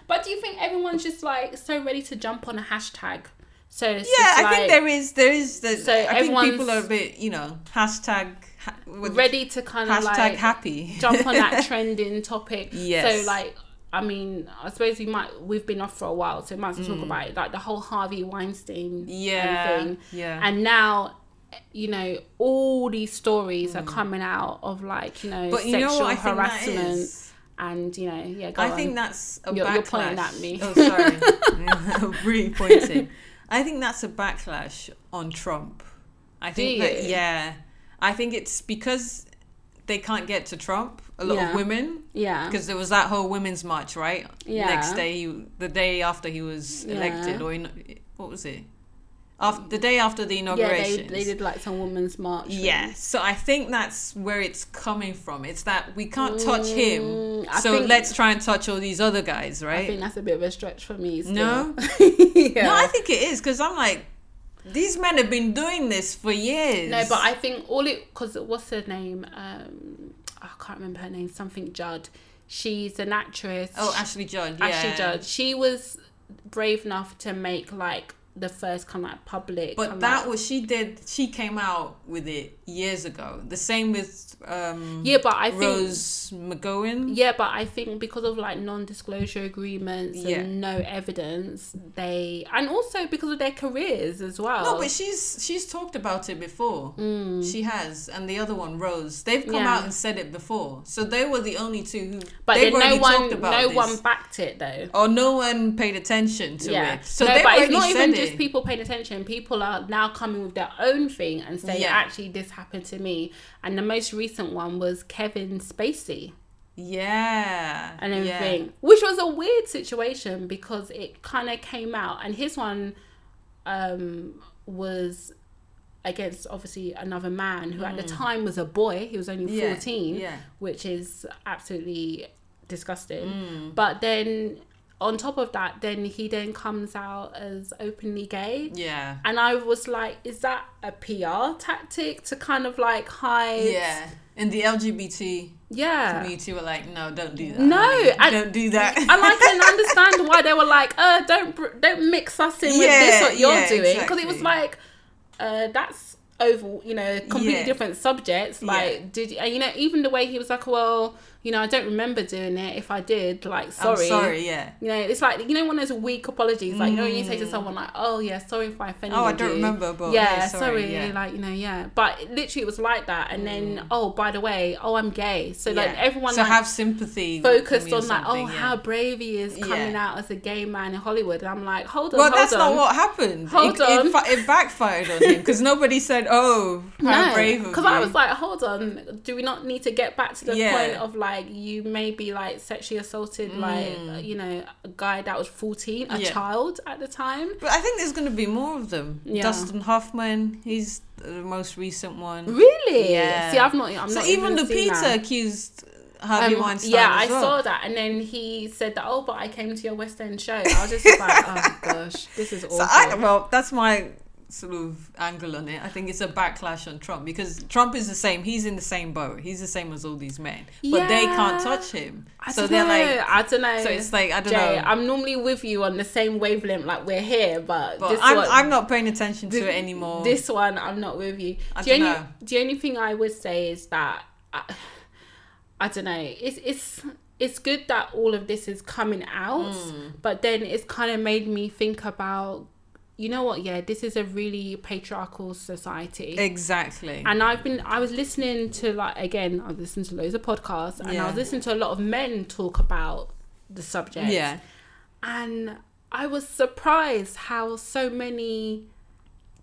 A: but do you think everyone's just like so ready to jump on a hashtag? So it's
B: yeah,
A: just,
B: I think
A: like,
B: there is there is the,
A: So
B: I think people
A: everyone's-
B: are a bit you know hashtag ha- what-
A: ready to kind of
B: hashtag
A: like
B: happy
A: jump on that trending topic.
B: Yes.
A: So like I mean, I suppose we might we've been off for a while, so we might as well talk about it. Like the whole Harvey Weinstein um,
B: Mm. yeah
A: thing.
B: yeah
A: And now you know, all these stories are coming out of like, you know,
B: Mm. but you
A: sexual
B: know what I think that
A: harassment
B: is.
A: and you know, yeah, go
B: I
A: on.
B: think that's a
A: You're-
B: backlash.
A: you're pointing at me.
B: Oh, sorry. I'm really pointing. I think that's a backlash on Trump. I think that
A: you?
B: yeah. I think it's because they can't get to Trump. A lot
A: Yeah.
B: of women,
A: yeah.
B: because there was that whole women's march, right?
A: Yeah.
B: Next day, he, the day after he was elected,
A: Yeah.
B: or in, what was it? After the day after the
A: Yeah,
B: inauguration.
A: they, they did like some women's march.
B: Yeah, so I think that's where it's coming from. It's that we can't touch him,
A: Mm, I
B: so
A: think-
B: let's try and touch all these other guys,
A: I
B: right?
A: think that's a bit of a stretch for me. Still.
B: No?
A: yeah.
B: No, I think it is because I'm like, these men have been doing this for years.
A: No, but I think all it because what's her name? Um, I can't remember her name. Something Judd. She's an actress.
B: oh, Ashley Judd, yeah,
A: Ashley Judd. She was brave enough to make like the first kind of like public.
B: But
A: kind of,
B: that
A: like-
B: was she did. She came out with it years ago. The same with um,
A: yeah, but I think
B: Rose McGowan.
A: yeah, but I think because of like non-disclosure agreements
B: Yeah.
A: and no evidence, they and also because of their careers as well.
B: No, but she's she's talked about it before. She has, and the other one, Rose. They've come
A: Mm. Yeah.
B: out and said it before. So they were the only two. Who,
A: But
B: they've
A: then no
B: already
A: one,
B: talked about
A: no
B: this.
A: one backed it though.
B: or no one paid attention to it. So
A: no,
B: they've
A: but it's
B: already
A: not
B: said
A: even
B: it.
A: just people paying attention. People are now coming with their own thing and saying,
B: Yeah.
A: actually, this happened to me. And the most recent one was Kevin Spacey
B: yeah,
A: and
B: yeah.
A: everything, which was a weird situation because it kind of came out. And his one um, was against obviously another man who at the time was a boy. He was only
B: Mm. Yeah,
A: 14
B: yeah.
A: which is absolutely disgusting.
B: Mm.
A: But then on top of that, then he then comes out as openly gay.
B: Yeah.
A: And I was like, is that a PR tactic to kind of like hide?
B: yeah. And the LGBT
A: Yeah.
B: community were like, no, don't do that.
A: Ah. No,
B: honey.
A: and-
B: don't do that.
A: And I can understand why they were like, uh, don't br- don't mix us in with
B: Yeah,
A: this what you're
B: yeah,
A: doing, because it
B: exactly.
A: was like, uh, that's over, you know, completely
B: Yeah.
A: different subjects. Like,
B: Yeah.
A: did and you know, even the way he was like, well, you know, I don't remember doing it. If I did, like,
B: I'm sorry. Yeah.
A: You know, it's like you know when there's weak apologies, like you know when you say to someone like, "Oh yeah, sorry if I offended
B: Mm. Oh, I
A: you."
B: don't remember, but
A: yeah,
B: yeah,
A: sorry,
B: sorry, yeah. Mm.
A: like you know, yeah. But literally, it was like that, and then oh, by the way, oh, I'm gay. So like
B: Yeah.
A: everyone
B: so
A: like,
B: have sympathy. with
A: focused
B: me or
A: on like, oh,
B: something, yeah.
A: how brave he is
B: Yeah.
A: coming out as a gay man in Hollywood. And I'm like, hold on,
B: Well,
A: hold
B: that's
A: on.
B: not what happened.
A: Hold
B: it, It,
A: on.
B: fa- it backfired on him because nobody said, "Oh, how brave of
A: because
B: you."
A: I was like, hold on, do we not need to get back to the
B: Yeah.
A: point of like you may be like sexually assaulted, like you know, a guy that was 14, a
B: Mm. Yeah.
A: child at the time.
B: but I think there's going to be more of them.
A: Yeah.
B: Dustin Hoffman, he's the most recent one.
A: Really?
B: Yeah.
A: See, I've not. I'm
B: so
A: not
B: even the
A: seen
B: pizza
A: that.
B: accused Harvey
A: Um,
B: Weinstein.
A: yeah,
B: as
A: I
B: well.
A: saw that, and then he said that. Oh, but I came to your West End show. I was just like, oh gosh, this is awful.
B: So I well, that's my sort of angle on it. I think it's a backlash on Trump because Trump is the same. He's in the same boat. He's the same as all these men, but they can't
A: Yeah.
B: touch him.
A: I
B: so
A: don't
B: they're
A: know.
B: like,
A: I don't know.
B: so it's like I don't
A: Jay,
B: know.
A: I'm normally with you on the same wavelength, like we're here, but,
B: but
A: this
B: I'm,
A: one,
B: I'm not paying attention to it anymore.
A: this one, I'm not with you.
B: I
A: the
B: dunno.
A: only the only thing I would say is that I, I don't know. It's it's it's good that all of this is coming out,
B: Hmm.
A: but then it's kind of made me think about, you know what? Yeah, this is a really patriarchal society.
B: exactly.
A: And I've been, I was listening to like again, I listened to loads of podcasts, and
B: Yeah.
A: I was listening to a lot of men talk about the subject.
B: yeah.
A: and I was surprised how so many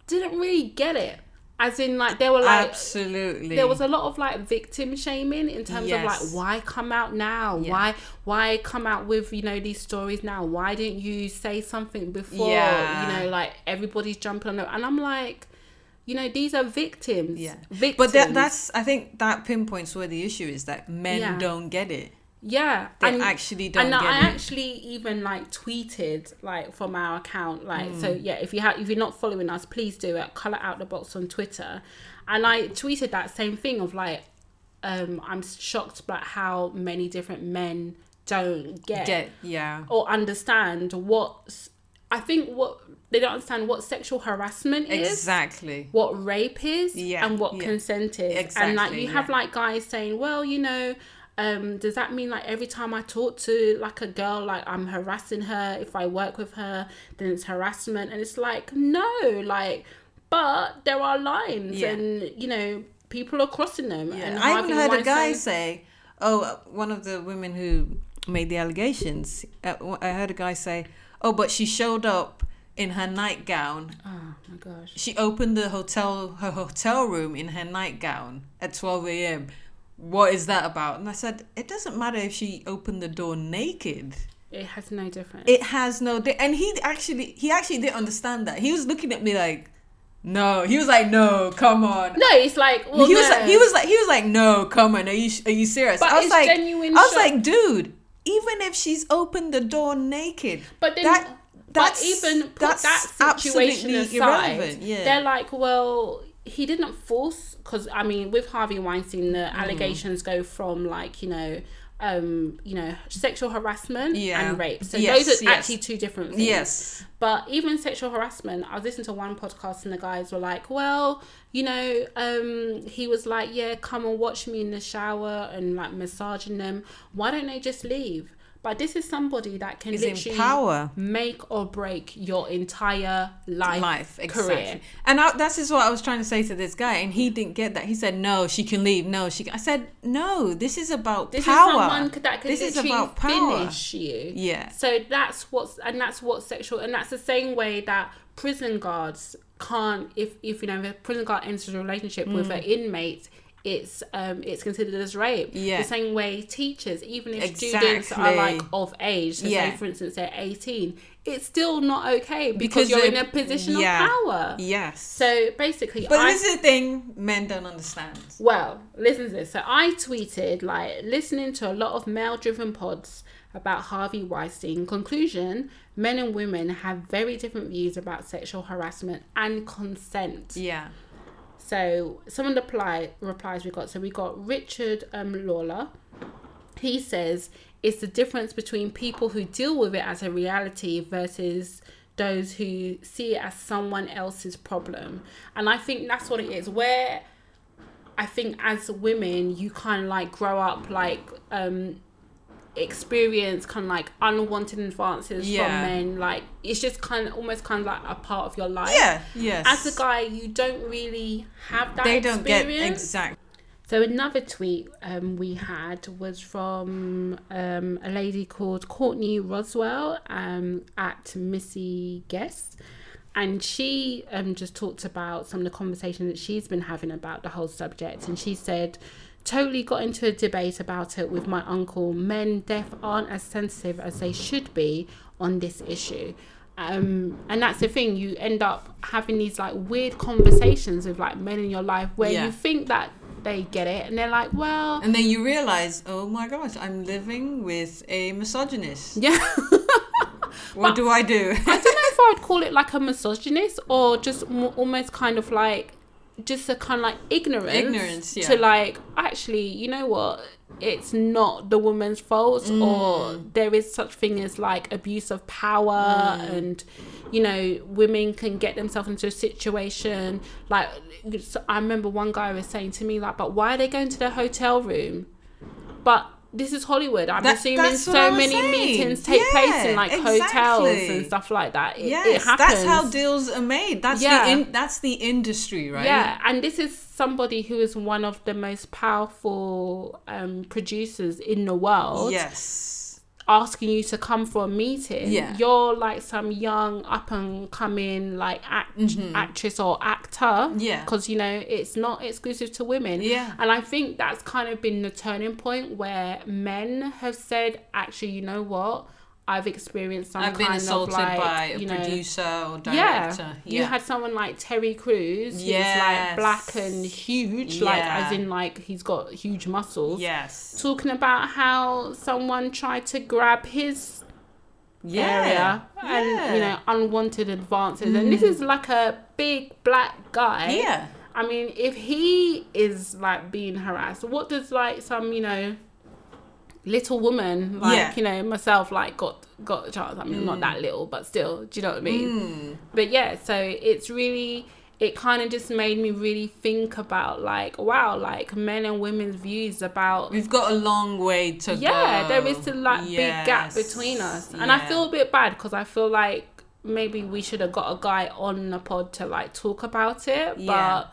A: didn't really get it. As in, like they were like.
B: Absolutely.
A: There was a lot of like victim shaming in terms
B: Yes.
A: of like why come out now?
B: Yeah.
A: Why why come out with, you know, these stories now? Why didn't you say something before?
B: Yeah.
A: You know, like everybody's jumping on it. And I'm like, you know these are victims
B: Yeah.
A: victims
B: But that, that's, I think that pinpoints where the issue is that men
A: Yeah.
B: don't get it.
A: yeah
B: They
A: and-
B: actually don't
A: and
B: get
A: I
B: it.
A: actually even like tweeted like from our account like so
B: Mm.
A: yeah if you have if you're not following us please do it color out the box on Twitter and I tweeted that same thing of like um I'm shocked by how many different men don't get,
B: Get, yeah.
A: or understand what s- I think what they don't understand what sexual harassment is
B: Exactly.
A: what rape is
B: Yeah,
A: and what
B: yeah.
A: consent is. and like
B: Exactly,
A: you have
B: yeah.
A: like guys saying, well, you know, um, does that mean like every time I talk to like a girl, like I'm harassing her? If I work with her, then it's harassment. And it's like, no, like, but there are lines,
B: Yeah.
A: and you know, people are crossing them. And
B: I even
A: Harvey
B: heard a
A: Weinstein-
B: guy say, "Oh, uh, one of the women who made the allegations." Uh, w- I heard a guy say, "Oh, but she showed up in her nightgown.
A: Oh my gosh.
B: She opened the hotel her hotel room in her nightgown at twelve a.m." What is that about? And I said, it doesn't matter if she opened the door naked.
A: It has no difference.
B: It has no. Di- and he actually, he actually didn't understand that. He was looking at me like, no. He was like, no, come on
A: no, it's like well,
B: he was
A: no.
B: like, he was like he was like no come on are you are you serious
A: But
B: I was
A: it's
B: like
A: genuine
B: I was
A: shock.
B: like dude even if she's opened the door naked
A: But then,
B: that
A: but
B: that's
A: even put
B: that's
A: that situation
B: absolutely
A: aside,
B: irrelevant yeah
A: they're like, well, he didn't force. Because I mean, with Harvey Weinstein,
B: Mm.
A: the allegations go from like you know, um, you know, sexual harassment
B: Yeah.
A: and rape. So
B: Yes,
A: those are
B: yes.
A: actually two different things.
B: yes
A: But even sexual harassment, I was listening to one podcast and the guys were like, well, you know, um, he was like, yeah, come and watch me in the shower and like massaging them. Why don't they just leave? But this is somebody that can
B: Is in
A: literally
B: power.
A: make or break your entire life,
B: life exactly
A: career.
B: and I, that's is what I was trying to say to this guy and he didn't get that he said no she can leave no she can. I said no this is about
A: This
B: power
A: is someone c- that can
B: this is
A: literally
B: about power
A: finish you.
B: Yeah.
A: So that's what's and that's what sexual and that's the same way that prison guards can't if if you know if a prison guard enters a relationship with an inmate it's um it's considered as rape
B: Mm. Yeah.
A: the same way teachers even if students are like
B: Exactly.
A: of age so
B: Yeah.
A: say for instance they're 18 it's still not okay because,
B: Because
A: you're in
B: they're-
A: a position
B: yeah.
A: of power
B: yes
A: so basically
B: but
A: I-
B: this is the thing men don't understand
A: well, listen to this. So I tweeted, like, listening to a lot of male driven pods about Harvey Weinstein. Conclusion men and women have very different views about sexual harassment and consent.
B: yeah
A: So some of the pli- replies we got. So we got Richard um, Lawler. He says it's the difference between people who deal with it as a reality versus those who see it as someone else's problem. And I think that's what it is. Where I think as women, you kind of like grow up like um, experience kind of like unwanted advances
B: Yeah.
A: from men. Like it's just kind of almost kind of like a part of your life
B: yeah yes
A: as a guy, you don't really have that
B: they don't get
A: experience.
B: exact
A: so another tweet um, we had was from um, a lady called Courtney Roswell um, at Missy Guest. And she um, just talked about some of the conversations that she's been having about the whole subject. And she said, totally got into a debate about it with my uncle. Men deaf aren't as sensitive as they should be on this issue um and that's the thing you end up having these like weird conversations with like men in your life where
B: Yeah.
A: you think that they get it and they're like well
B: And then you realize, oh my gosh, I'm living with a misogynist.
A: yeah
B: What do I do?
A: i don't know if i would call it like a misogynist or just mo- almost kind of like just a kind of like ignorance
B: Ignorance, yeah.
A: to like actually you know what it's not the woman's fault or
B: Mm.
A: there is such thing as like abuse of power and you know women can get themselves into a situation like so i remember one guy was saying to me like but why are they going to their hotel room but this is hollywood i'm
B: That-
A: assuming
B: that's what I
A: so
B: was
A: many
B: saying.
A: meetings take place in
B: Yeah,
A: like hotels
B: exactly.
A: and stuff like that it, it
B: yes,
A: happens
B: that's how deals are made. That's
A: Yeah.
B: the in, that's the industry, right?
A: yeah, and this is somebody who is one of the most powerful um, producers in the world
B: Yes.
A: asking you to come for a meeting.
B: Yeah.
A: You're like some young up and coming like act- actress or actor.
B: Mm-hmm. Yeah.
A: Because, you know, it's not exclusive to women.
B: Yeah.
A: And I think that's kind of been the turning point where men have said, actually, you know what? I've experienced some
B: I've been
A: kind
B: assaulted
A: of like
B: by a
A: you know,
B: producer or director.
A: yeah,
B: Yeah.
A: you had someone like Terry Crews, who's like
B: Yes.
A: black and huge, like
B: Yeah.
A: as in like he's got huge muscles.
B: yes.
A: Talking about how someone tried to grab his
B: Yeah.
A: area and you know unwanted advances, and this is like a big black guy.
B: Mm. Yeah.
A: I mean, if he is like being harassed, what does like some you know little woman like
B: Yeah. Mm.
A: you know myself like got got a chance? I mean, I'm not that little, but still, do you know what I mean?
B: Hmm.
A: But yeah, so it's really it kind of just made me really think about like wow, like men and women's views about.
B: We've got a long way to go.
A: Yeah, there is a like big gap
B: Yes.
A: between us, and I
B: Yeah.
A: feel a bit bad because I feel like maybe we should have got a guy on the pod to like talk about it,
B: Yeah.
A: but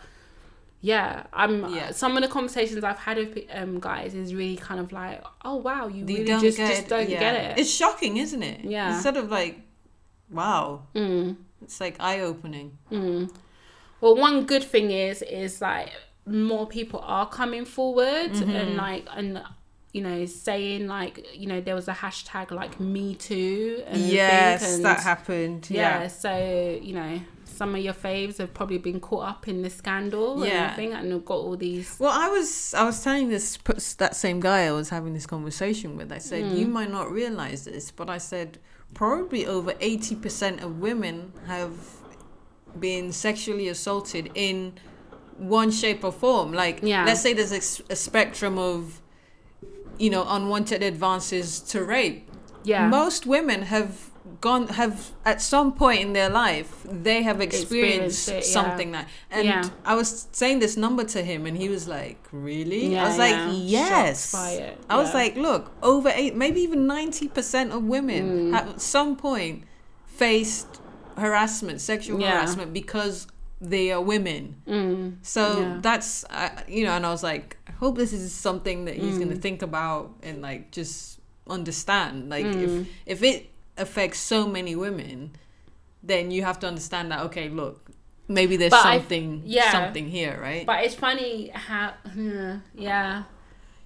A: yeah i'm
B: Yeah.
A: some of the conversations i've had with um guys is really kind of like oh wow you
B: They
A: really
B: don't
A: just,
B: get
A: just
B: it.
A: don't
B: Yeah.
A: get it
B: It's shocking, isn't it?
A: Yeah.
B: Instead of like, wow,
A: mm.
B: it's like eye opening.
A: Mm. well one good thing is is like more people are coming forward
B: Mm-hmm.
A: and like and you know saying like you know there was a hashtag like me too and everything, and
B: happened.
A: yeah, so you know some of your faves have probably been caught up in the scandal
B: Yeah.
A: and everything and have got all these
B: Well, I was I was telling this pers- that same guy I was having this conversation with. I said you might not realize this, but I said probably over eighty percent of women have been sexually assaulted in one shape or form. Like,
A: Yeah.
B: let's say there's a, s- a spectrum of you know unwanted advances to rape.
A: yeah
B: Most women have gone have at some point in their life they have
A: Experienced
B: experienced,
A: it, yeah.
B: something that and
A: Yeah.
B: I was saying this number to him and he was like, Really?
A: Yeah,
B: I was like,
A: yeah. Shocked
B: Yes.
A: by it,
B: I was
A: yeah.
B: like, look, over eight maybe even ninety percent of
A: Mm.
B: women at some point faced harassment, sexual
A: Yeah.
B: harassment because they are women.
A: mm.
B: So
A: Yeah.
B: that's I you know, and I was like, I hope this is something that he's
A: Mm.
B: gonna think about and like just understand. Like
A: Mm.
B: if if it affects so many women, then you have to understand that. Okay, look, maybe there's
A: But I-
B: something
A: yeah.
B: something here, right?
A: But it's funny how, yeah, yeah,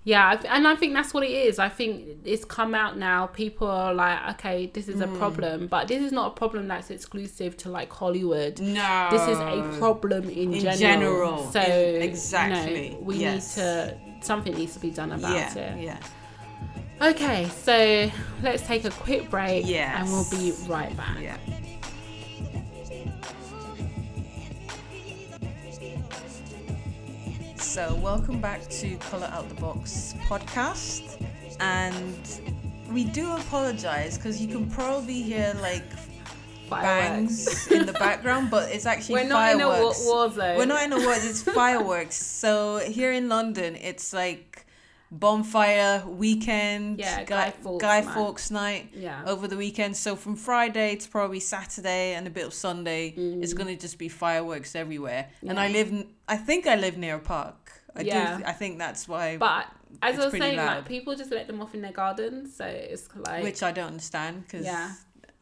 A: yeah. I th- And I think that's what it is. I think it's come out now. People are like, okay, this is
B: Mm.
A: a problem, but this is not a problem that's exclusive to like Hollywood.
B: no,
A: This is a problem in,
B: In
A: general.
B: general.
A: So
B: In-
A: you know,
B: exactly.
A: we
B: Yes.
A: need to. Something needs to be done about
B: yeah,
A: it.
B: yeah.
A: Okay, so let's take a quick break.
B: Yes.
A: And we'll be right back.
B: Yeah. So, welcome back to Colour Out the Box podcast. And we do apologize because you can probably hear like bangs in the background, but it's actually
A: We're not in a war,
B: fireworks.
A: war zone.
B: We're not in a war, it's fireworks. So, here in London, it's like bonfire weekend,
A: Yeah, Guy Fawkes
B: Guy
A: night.
B: Fawkes night
A: Yeah.
B: over the weekend. So from Friday to probably Saturday and a bit of Sunday, it's gonna just be fireworks everywhere. And I
A: Mm. Yeah.
B: live, n- I think I live near a park. I
A: Yeah.
B: do. I think that's why.
A: But as
B: It's
A: I was
B: pretty
A: saying, like
B: loud.
A: people just let them off in their gardens, so it's like.
B: which I don't understand because
A: Yeah.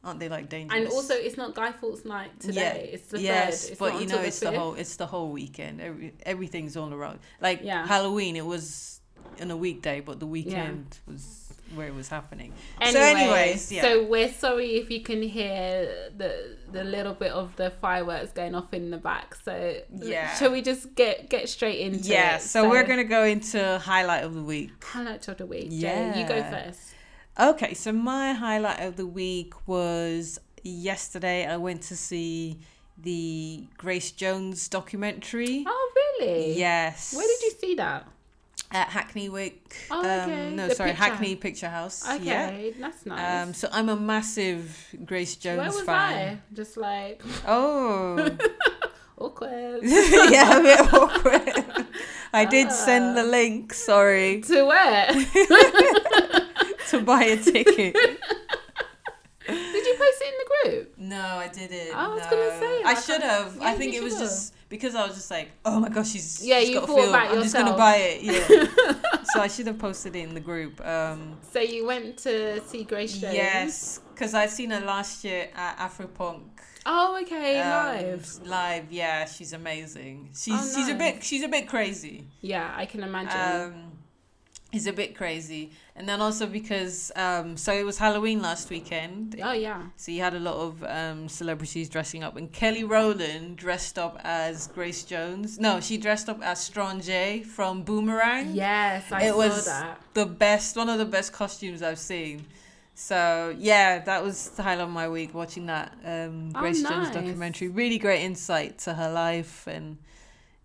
B: aren't they like dangerous?
A: and also, it's not Guy Fawkes night today. It's the
B: yes,
A: third. It's
B: but
A: not
B: you
A: until
B: know, it's the
A: fifth.
B: whole, it's the whole weekend. Every, everything's all around. Like
A: Yeah.
B: Halloween, it was on a weekday, but the weekend was where it was happening. So, anyways, yeah.
A: so we're sorry if you can hear the the little bit of the fireworks going off in the back. So
B: Yeah.
A: shall we just get get straight into
B: yeah,
A: it?
B: so, we're gonna go into highlight of the week.
A: highlight of the week. Yeah,
B: Yeah.
A: you go first.
B: Okay, so my highlight of the week was yesterday. I went to see the Grace Jones documentary.
A: Oh really?
B: Yes.
A: Where did you see that?
B: At Hackney Wick.
A: Oh, okay,
B: Um, no,
A: the
B: sorry,
A: picture.
B: Hackney Picture House. Yeah.
A: Okay, that's nice.
B: Um, so I'm a massive Grace Jones
A: Where was
B: fan.
A: I? Just like
B: Oh,
A: awkward.
B: yeah, a bit awkward. I did send
A: Ah.
B: the link. Sorry
A: to where?
B: to buy a ticket.
A: Did you post it in the group?
B: No, I didn't.
A: I was
B: no.
A: gonna say,
B: I
A: like,
B: should have.
A: yeah,
B: I
A: you
B: think it was
A: should've.
B: just because I was just like, oh my gosh, she's
A: Yeah,
B: she's
A: you
B: got a
A: thought
B: film.
A: about
B: I'm just gonna
A: yourself.
B: buy it. Yeah. so I should have posted it in the group. Um,
A: So you went to see Grace Jones?
B: yes, because I seen her last year at Afropunk.
A: Oh, okay,
B: um,
A: live.
B: Live, yeah, she's amazing. She's
A: Oh,
B: she's a
A: nice.
B: bit she's a bit crazy.
A: Yeah, I can imagine.
B: Um, is a bit crazy. And then also because um, so it was Halloween last weekend.
A: Oh yeah.
B: So you had a lot of um, celebrities dressing up, and Kelly Rowland dressed up as Grace Jones. No, she dressed up as Strange from Boomerang.
A: Yes, I
B: it
A: saw
B: was
A: that.
B: the best, one of the best costumes I've seen. So yeah, that was the highlight of my week watching that um,
A: Oh,
B: Grace Jones
A: nice.
B: documentary. Really great insight to her life, and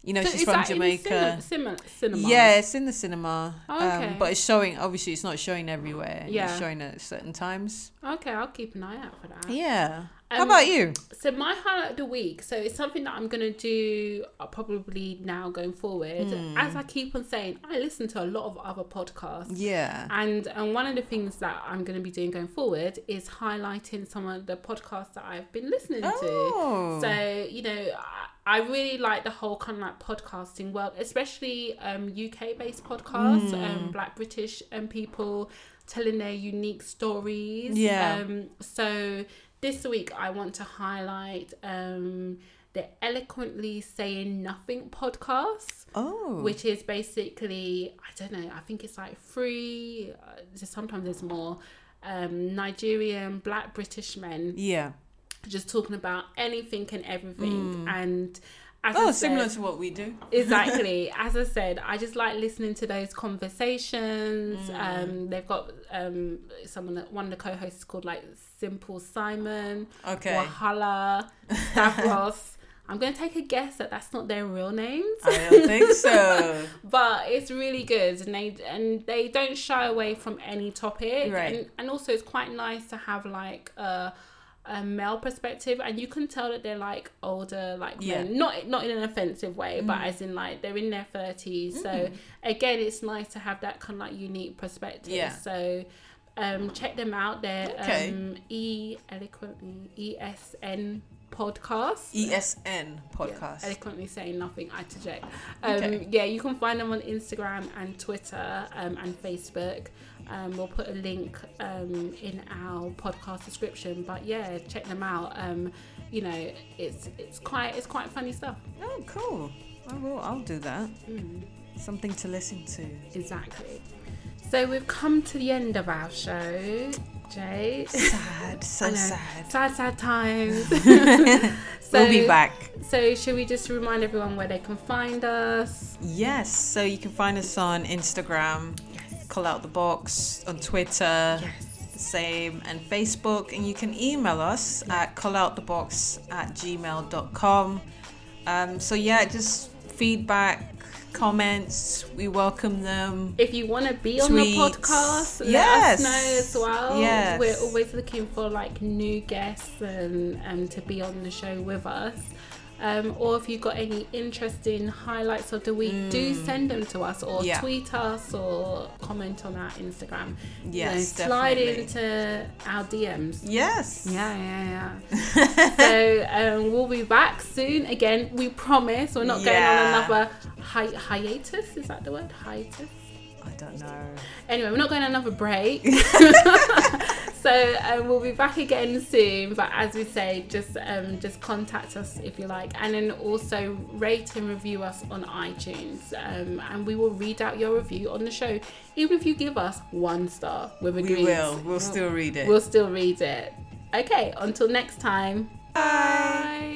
B: you know
A: So
B: she's
A: is
B: from
A: that in the
B: Jamaica.
A: cinema, cinema.
B: Yeah, it's in the cinema.
A: Oh, okay.
B: um, but it's showing, obviously, it's not showing everywhere.
A: Yeah.
B: It's showing at certain times.
A: Okay, I'll keep an eye out for that.
B: Yeah. How
A: Um,
B: about you?
A: So my highlight of the week. So it's something that I'm gonna do uh, probably now going forward.
B: Hmm.
A: As I keep on saying, I listen to a lot of other podcasts.
B: Yeah.
A: And and one of the things that I'm going to be doing going forward is highlighting some of the podcasts that I've been listening
B: Oh.
A: to. So you know, I, I really like the whole kind of like podcasting world, especially um, UK based podcasts, um, Black British um, people telling their unique stories.
B: Yeah.
A: Um, so this week I want to highlight. Um, the eloquently saying nothing podcast
B: Oh.
A: which is basically I don't know. I think it's like three. uh, Just sometimes there's more. Um, Nigerian black British men
B: yeah.
A: just talking about anything and everything, and as I
B: Mm. Oh,
A: said-
B: similar to what we do.
A: exactly. As I said, I just like listening to those conversations.
B: Mm.
A: Um, they've got um someone that one of the co-hosts called like Simple Simon,
B: Okay.
A: Wahala, Stavros. I'm gonna take a guess that that's not their real names
B: I don't think so.
A: but it's really good and they and they don't shy away from any topic
B: Right.
A: and, and also it's quite nice to have like a a male perspective and you can tell that they're like older like
B: Yeah. Mm.
A: men not not in an offensive way but as in like they're in their 30s so again it's nice to have that kind of like unique perspective
B: Yeah.
A: so um check them out they're
B: Okay.
A: um e eloquently esn podcast
B: ESN
A: yeah,
B: E podcast.
A: eloquently saying nothing, I interject. Um,
B: Okay.
A: Yeah, you can find them on Instagram and Twitter um, and Facebook. Um, we'll put a link um, in our podcast description, but yeah, check them out. Um, you know, it's it's quite it's quite funny stuff.
B: Oh, cool. I will. I'll do that.
A: Hmm.
B: Something to listen to.
A: Exactly. So we've come to the end of our show, Jay.
B: Sad.
A: I
B: So
A: know.
B: sad.
A: Sad, sad times. so,
B: we'll be back.
A: So, should we just remind everyone where they can find us?
B: Yes. So you can find us on Instagram, Call Out the Box, on Twitter. the same and Facebook and you can email us at calloutthebox at gmail.com um, so yeah just feedback comments we welcome them
A: if you want to be on the
B: Tweets.
A: podcast,
B: Yes.
A: let us know as well.
B: Yes.
A: We're always looking for like new guests and um, to be on the show with us. Um, or if you've got any interesting highlights of the week, do send them to us or
B: Mm. Yeah.
A: tweet us or comment on our Instagram.
B: Yes,
A: slide
B: definitely.
A: into our DMs.
B: yes
A: Yeah, yeah, yeah. so um, we'll be back soon. Again, we promise we're not
B: Yeah.
A: going on another hi- hiatus. Is that the word? Hiatus.
B: i don't know
A: Anyway, we're not going on another break. so um, we'll be back again soon. But as we say, just um, just contact us if you like, and then also rate and review us on iTunes, um, and we will read out your review on the show, even if you give us one star. We've agreed.
B: we will we'll still read it
A: We'll still read it. Okay. Until next time. Bye.
B: Bye.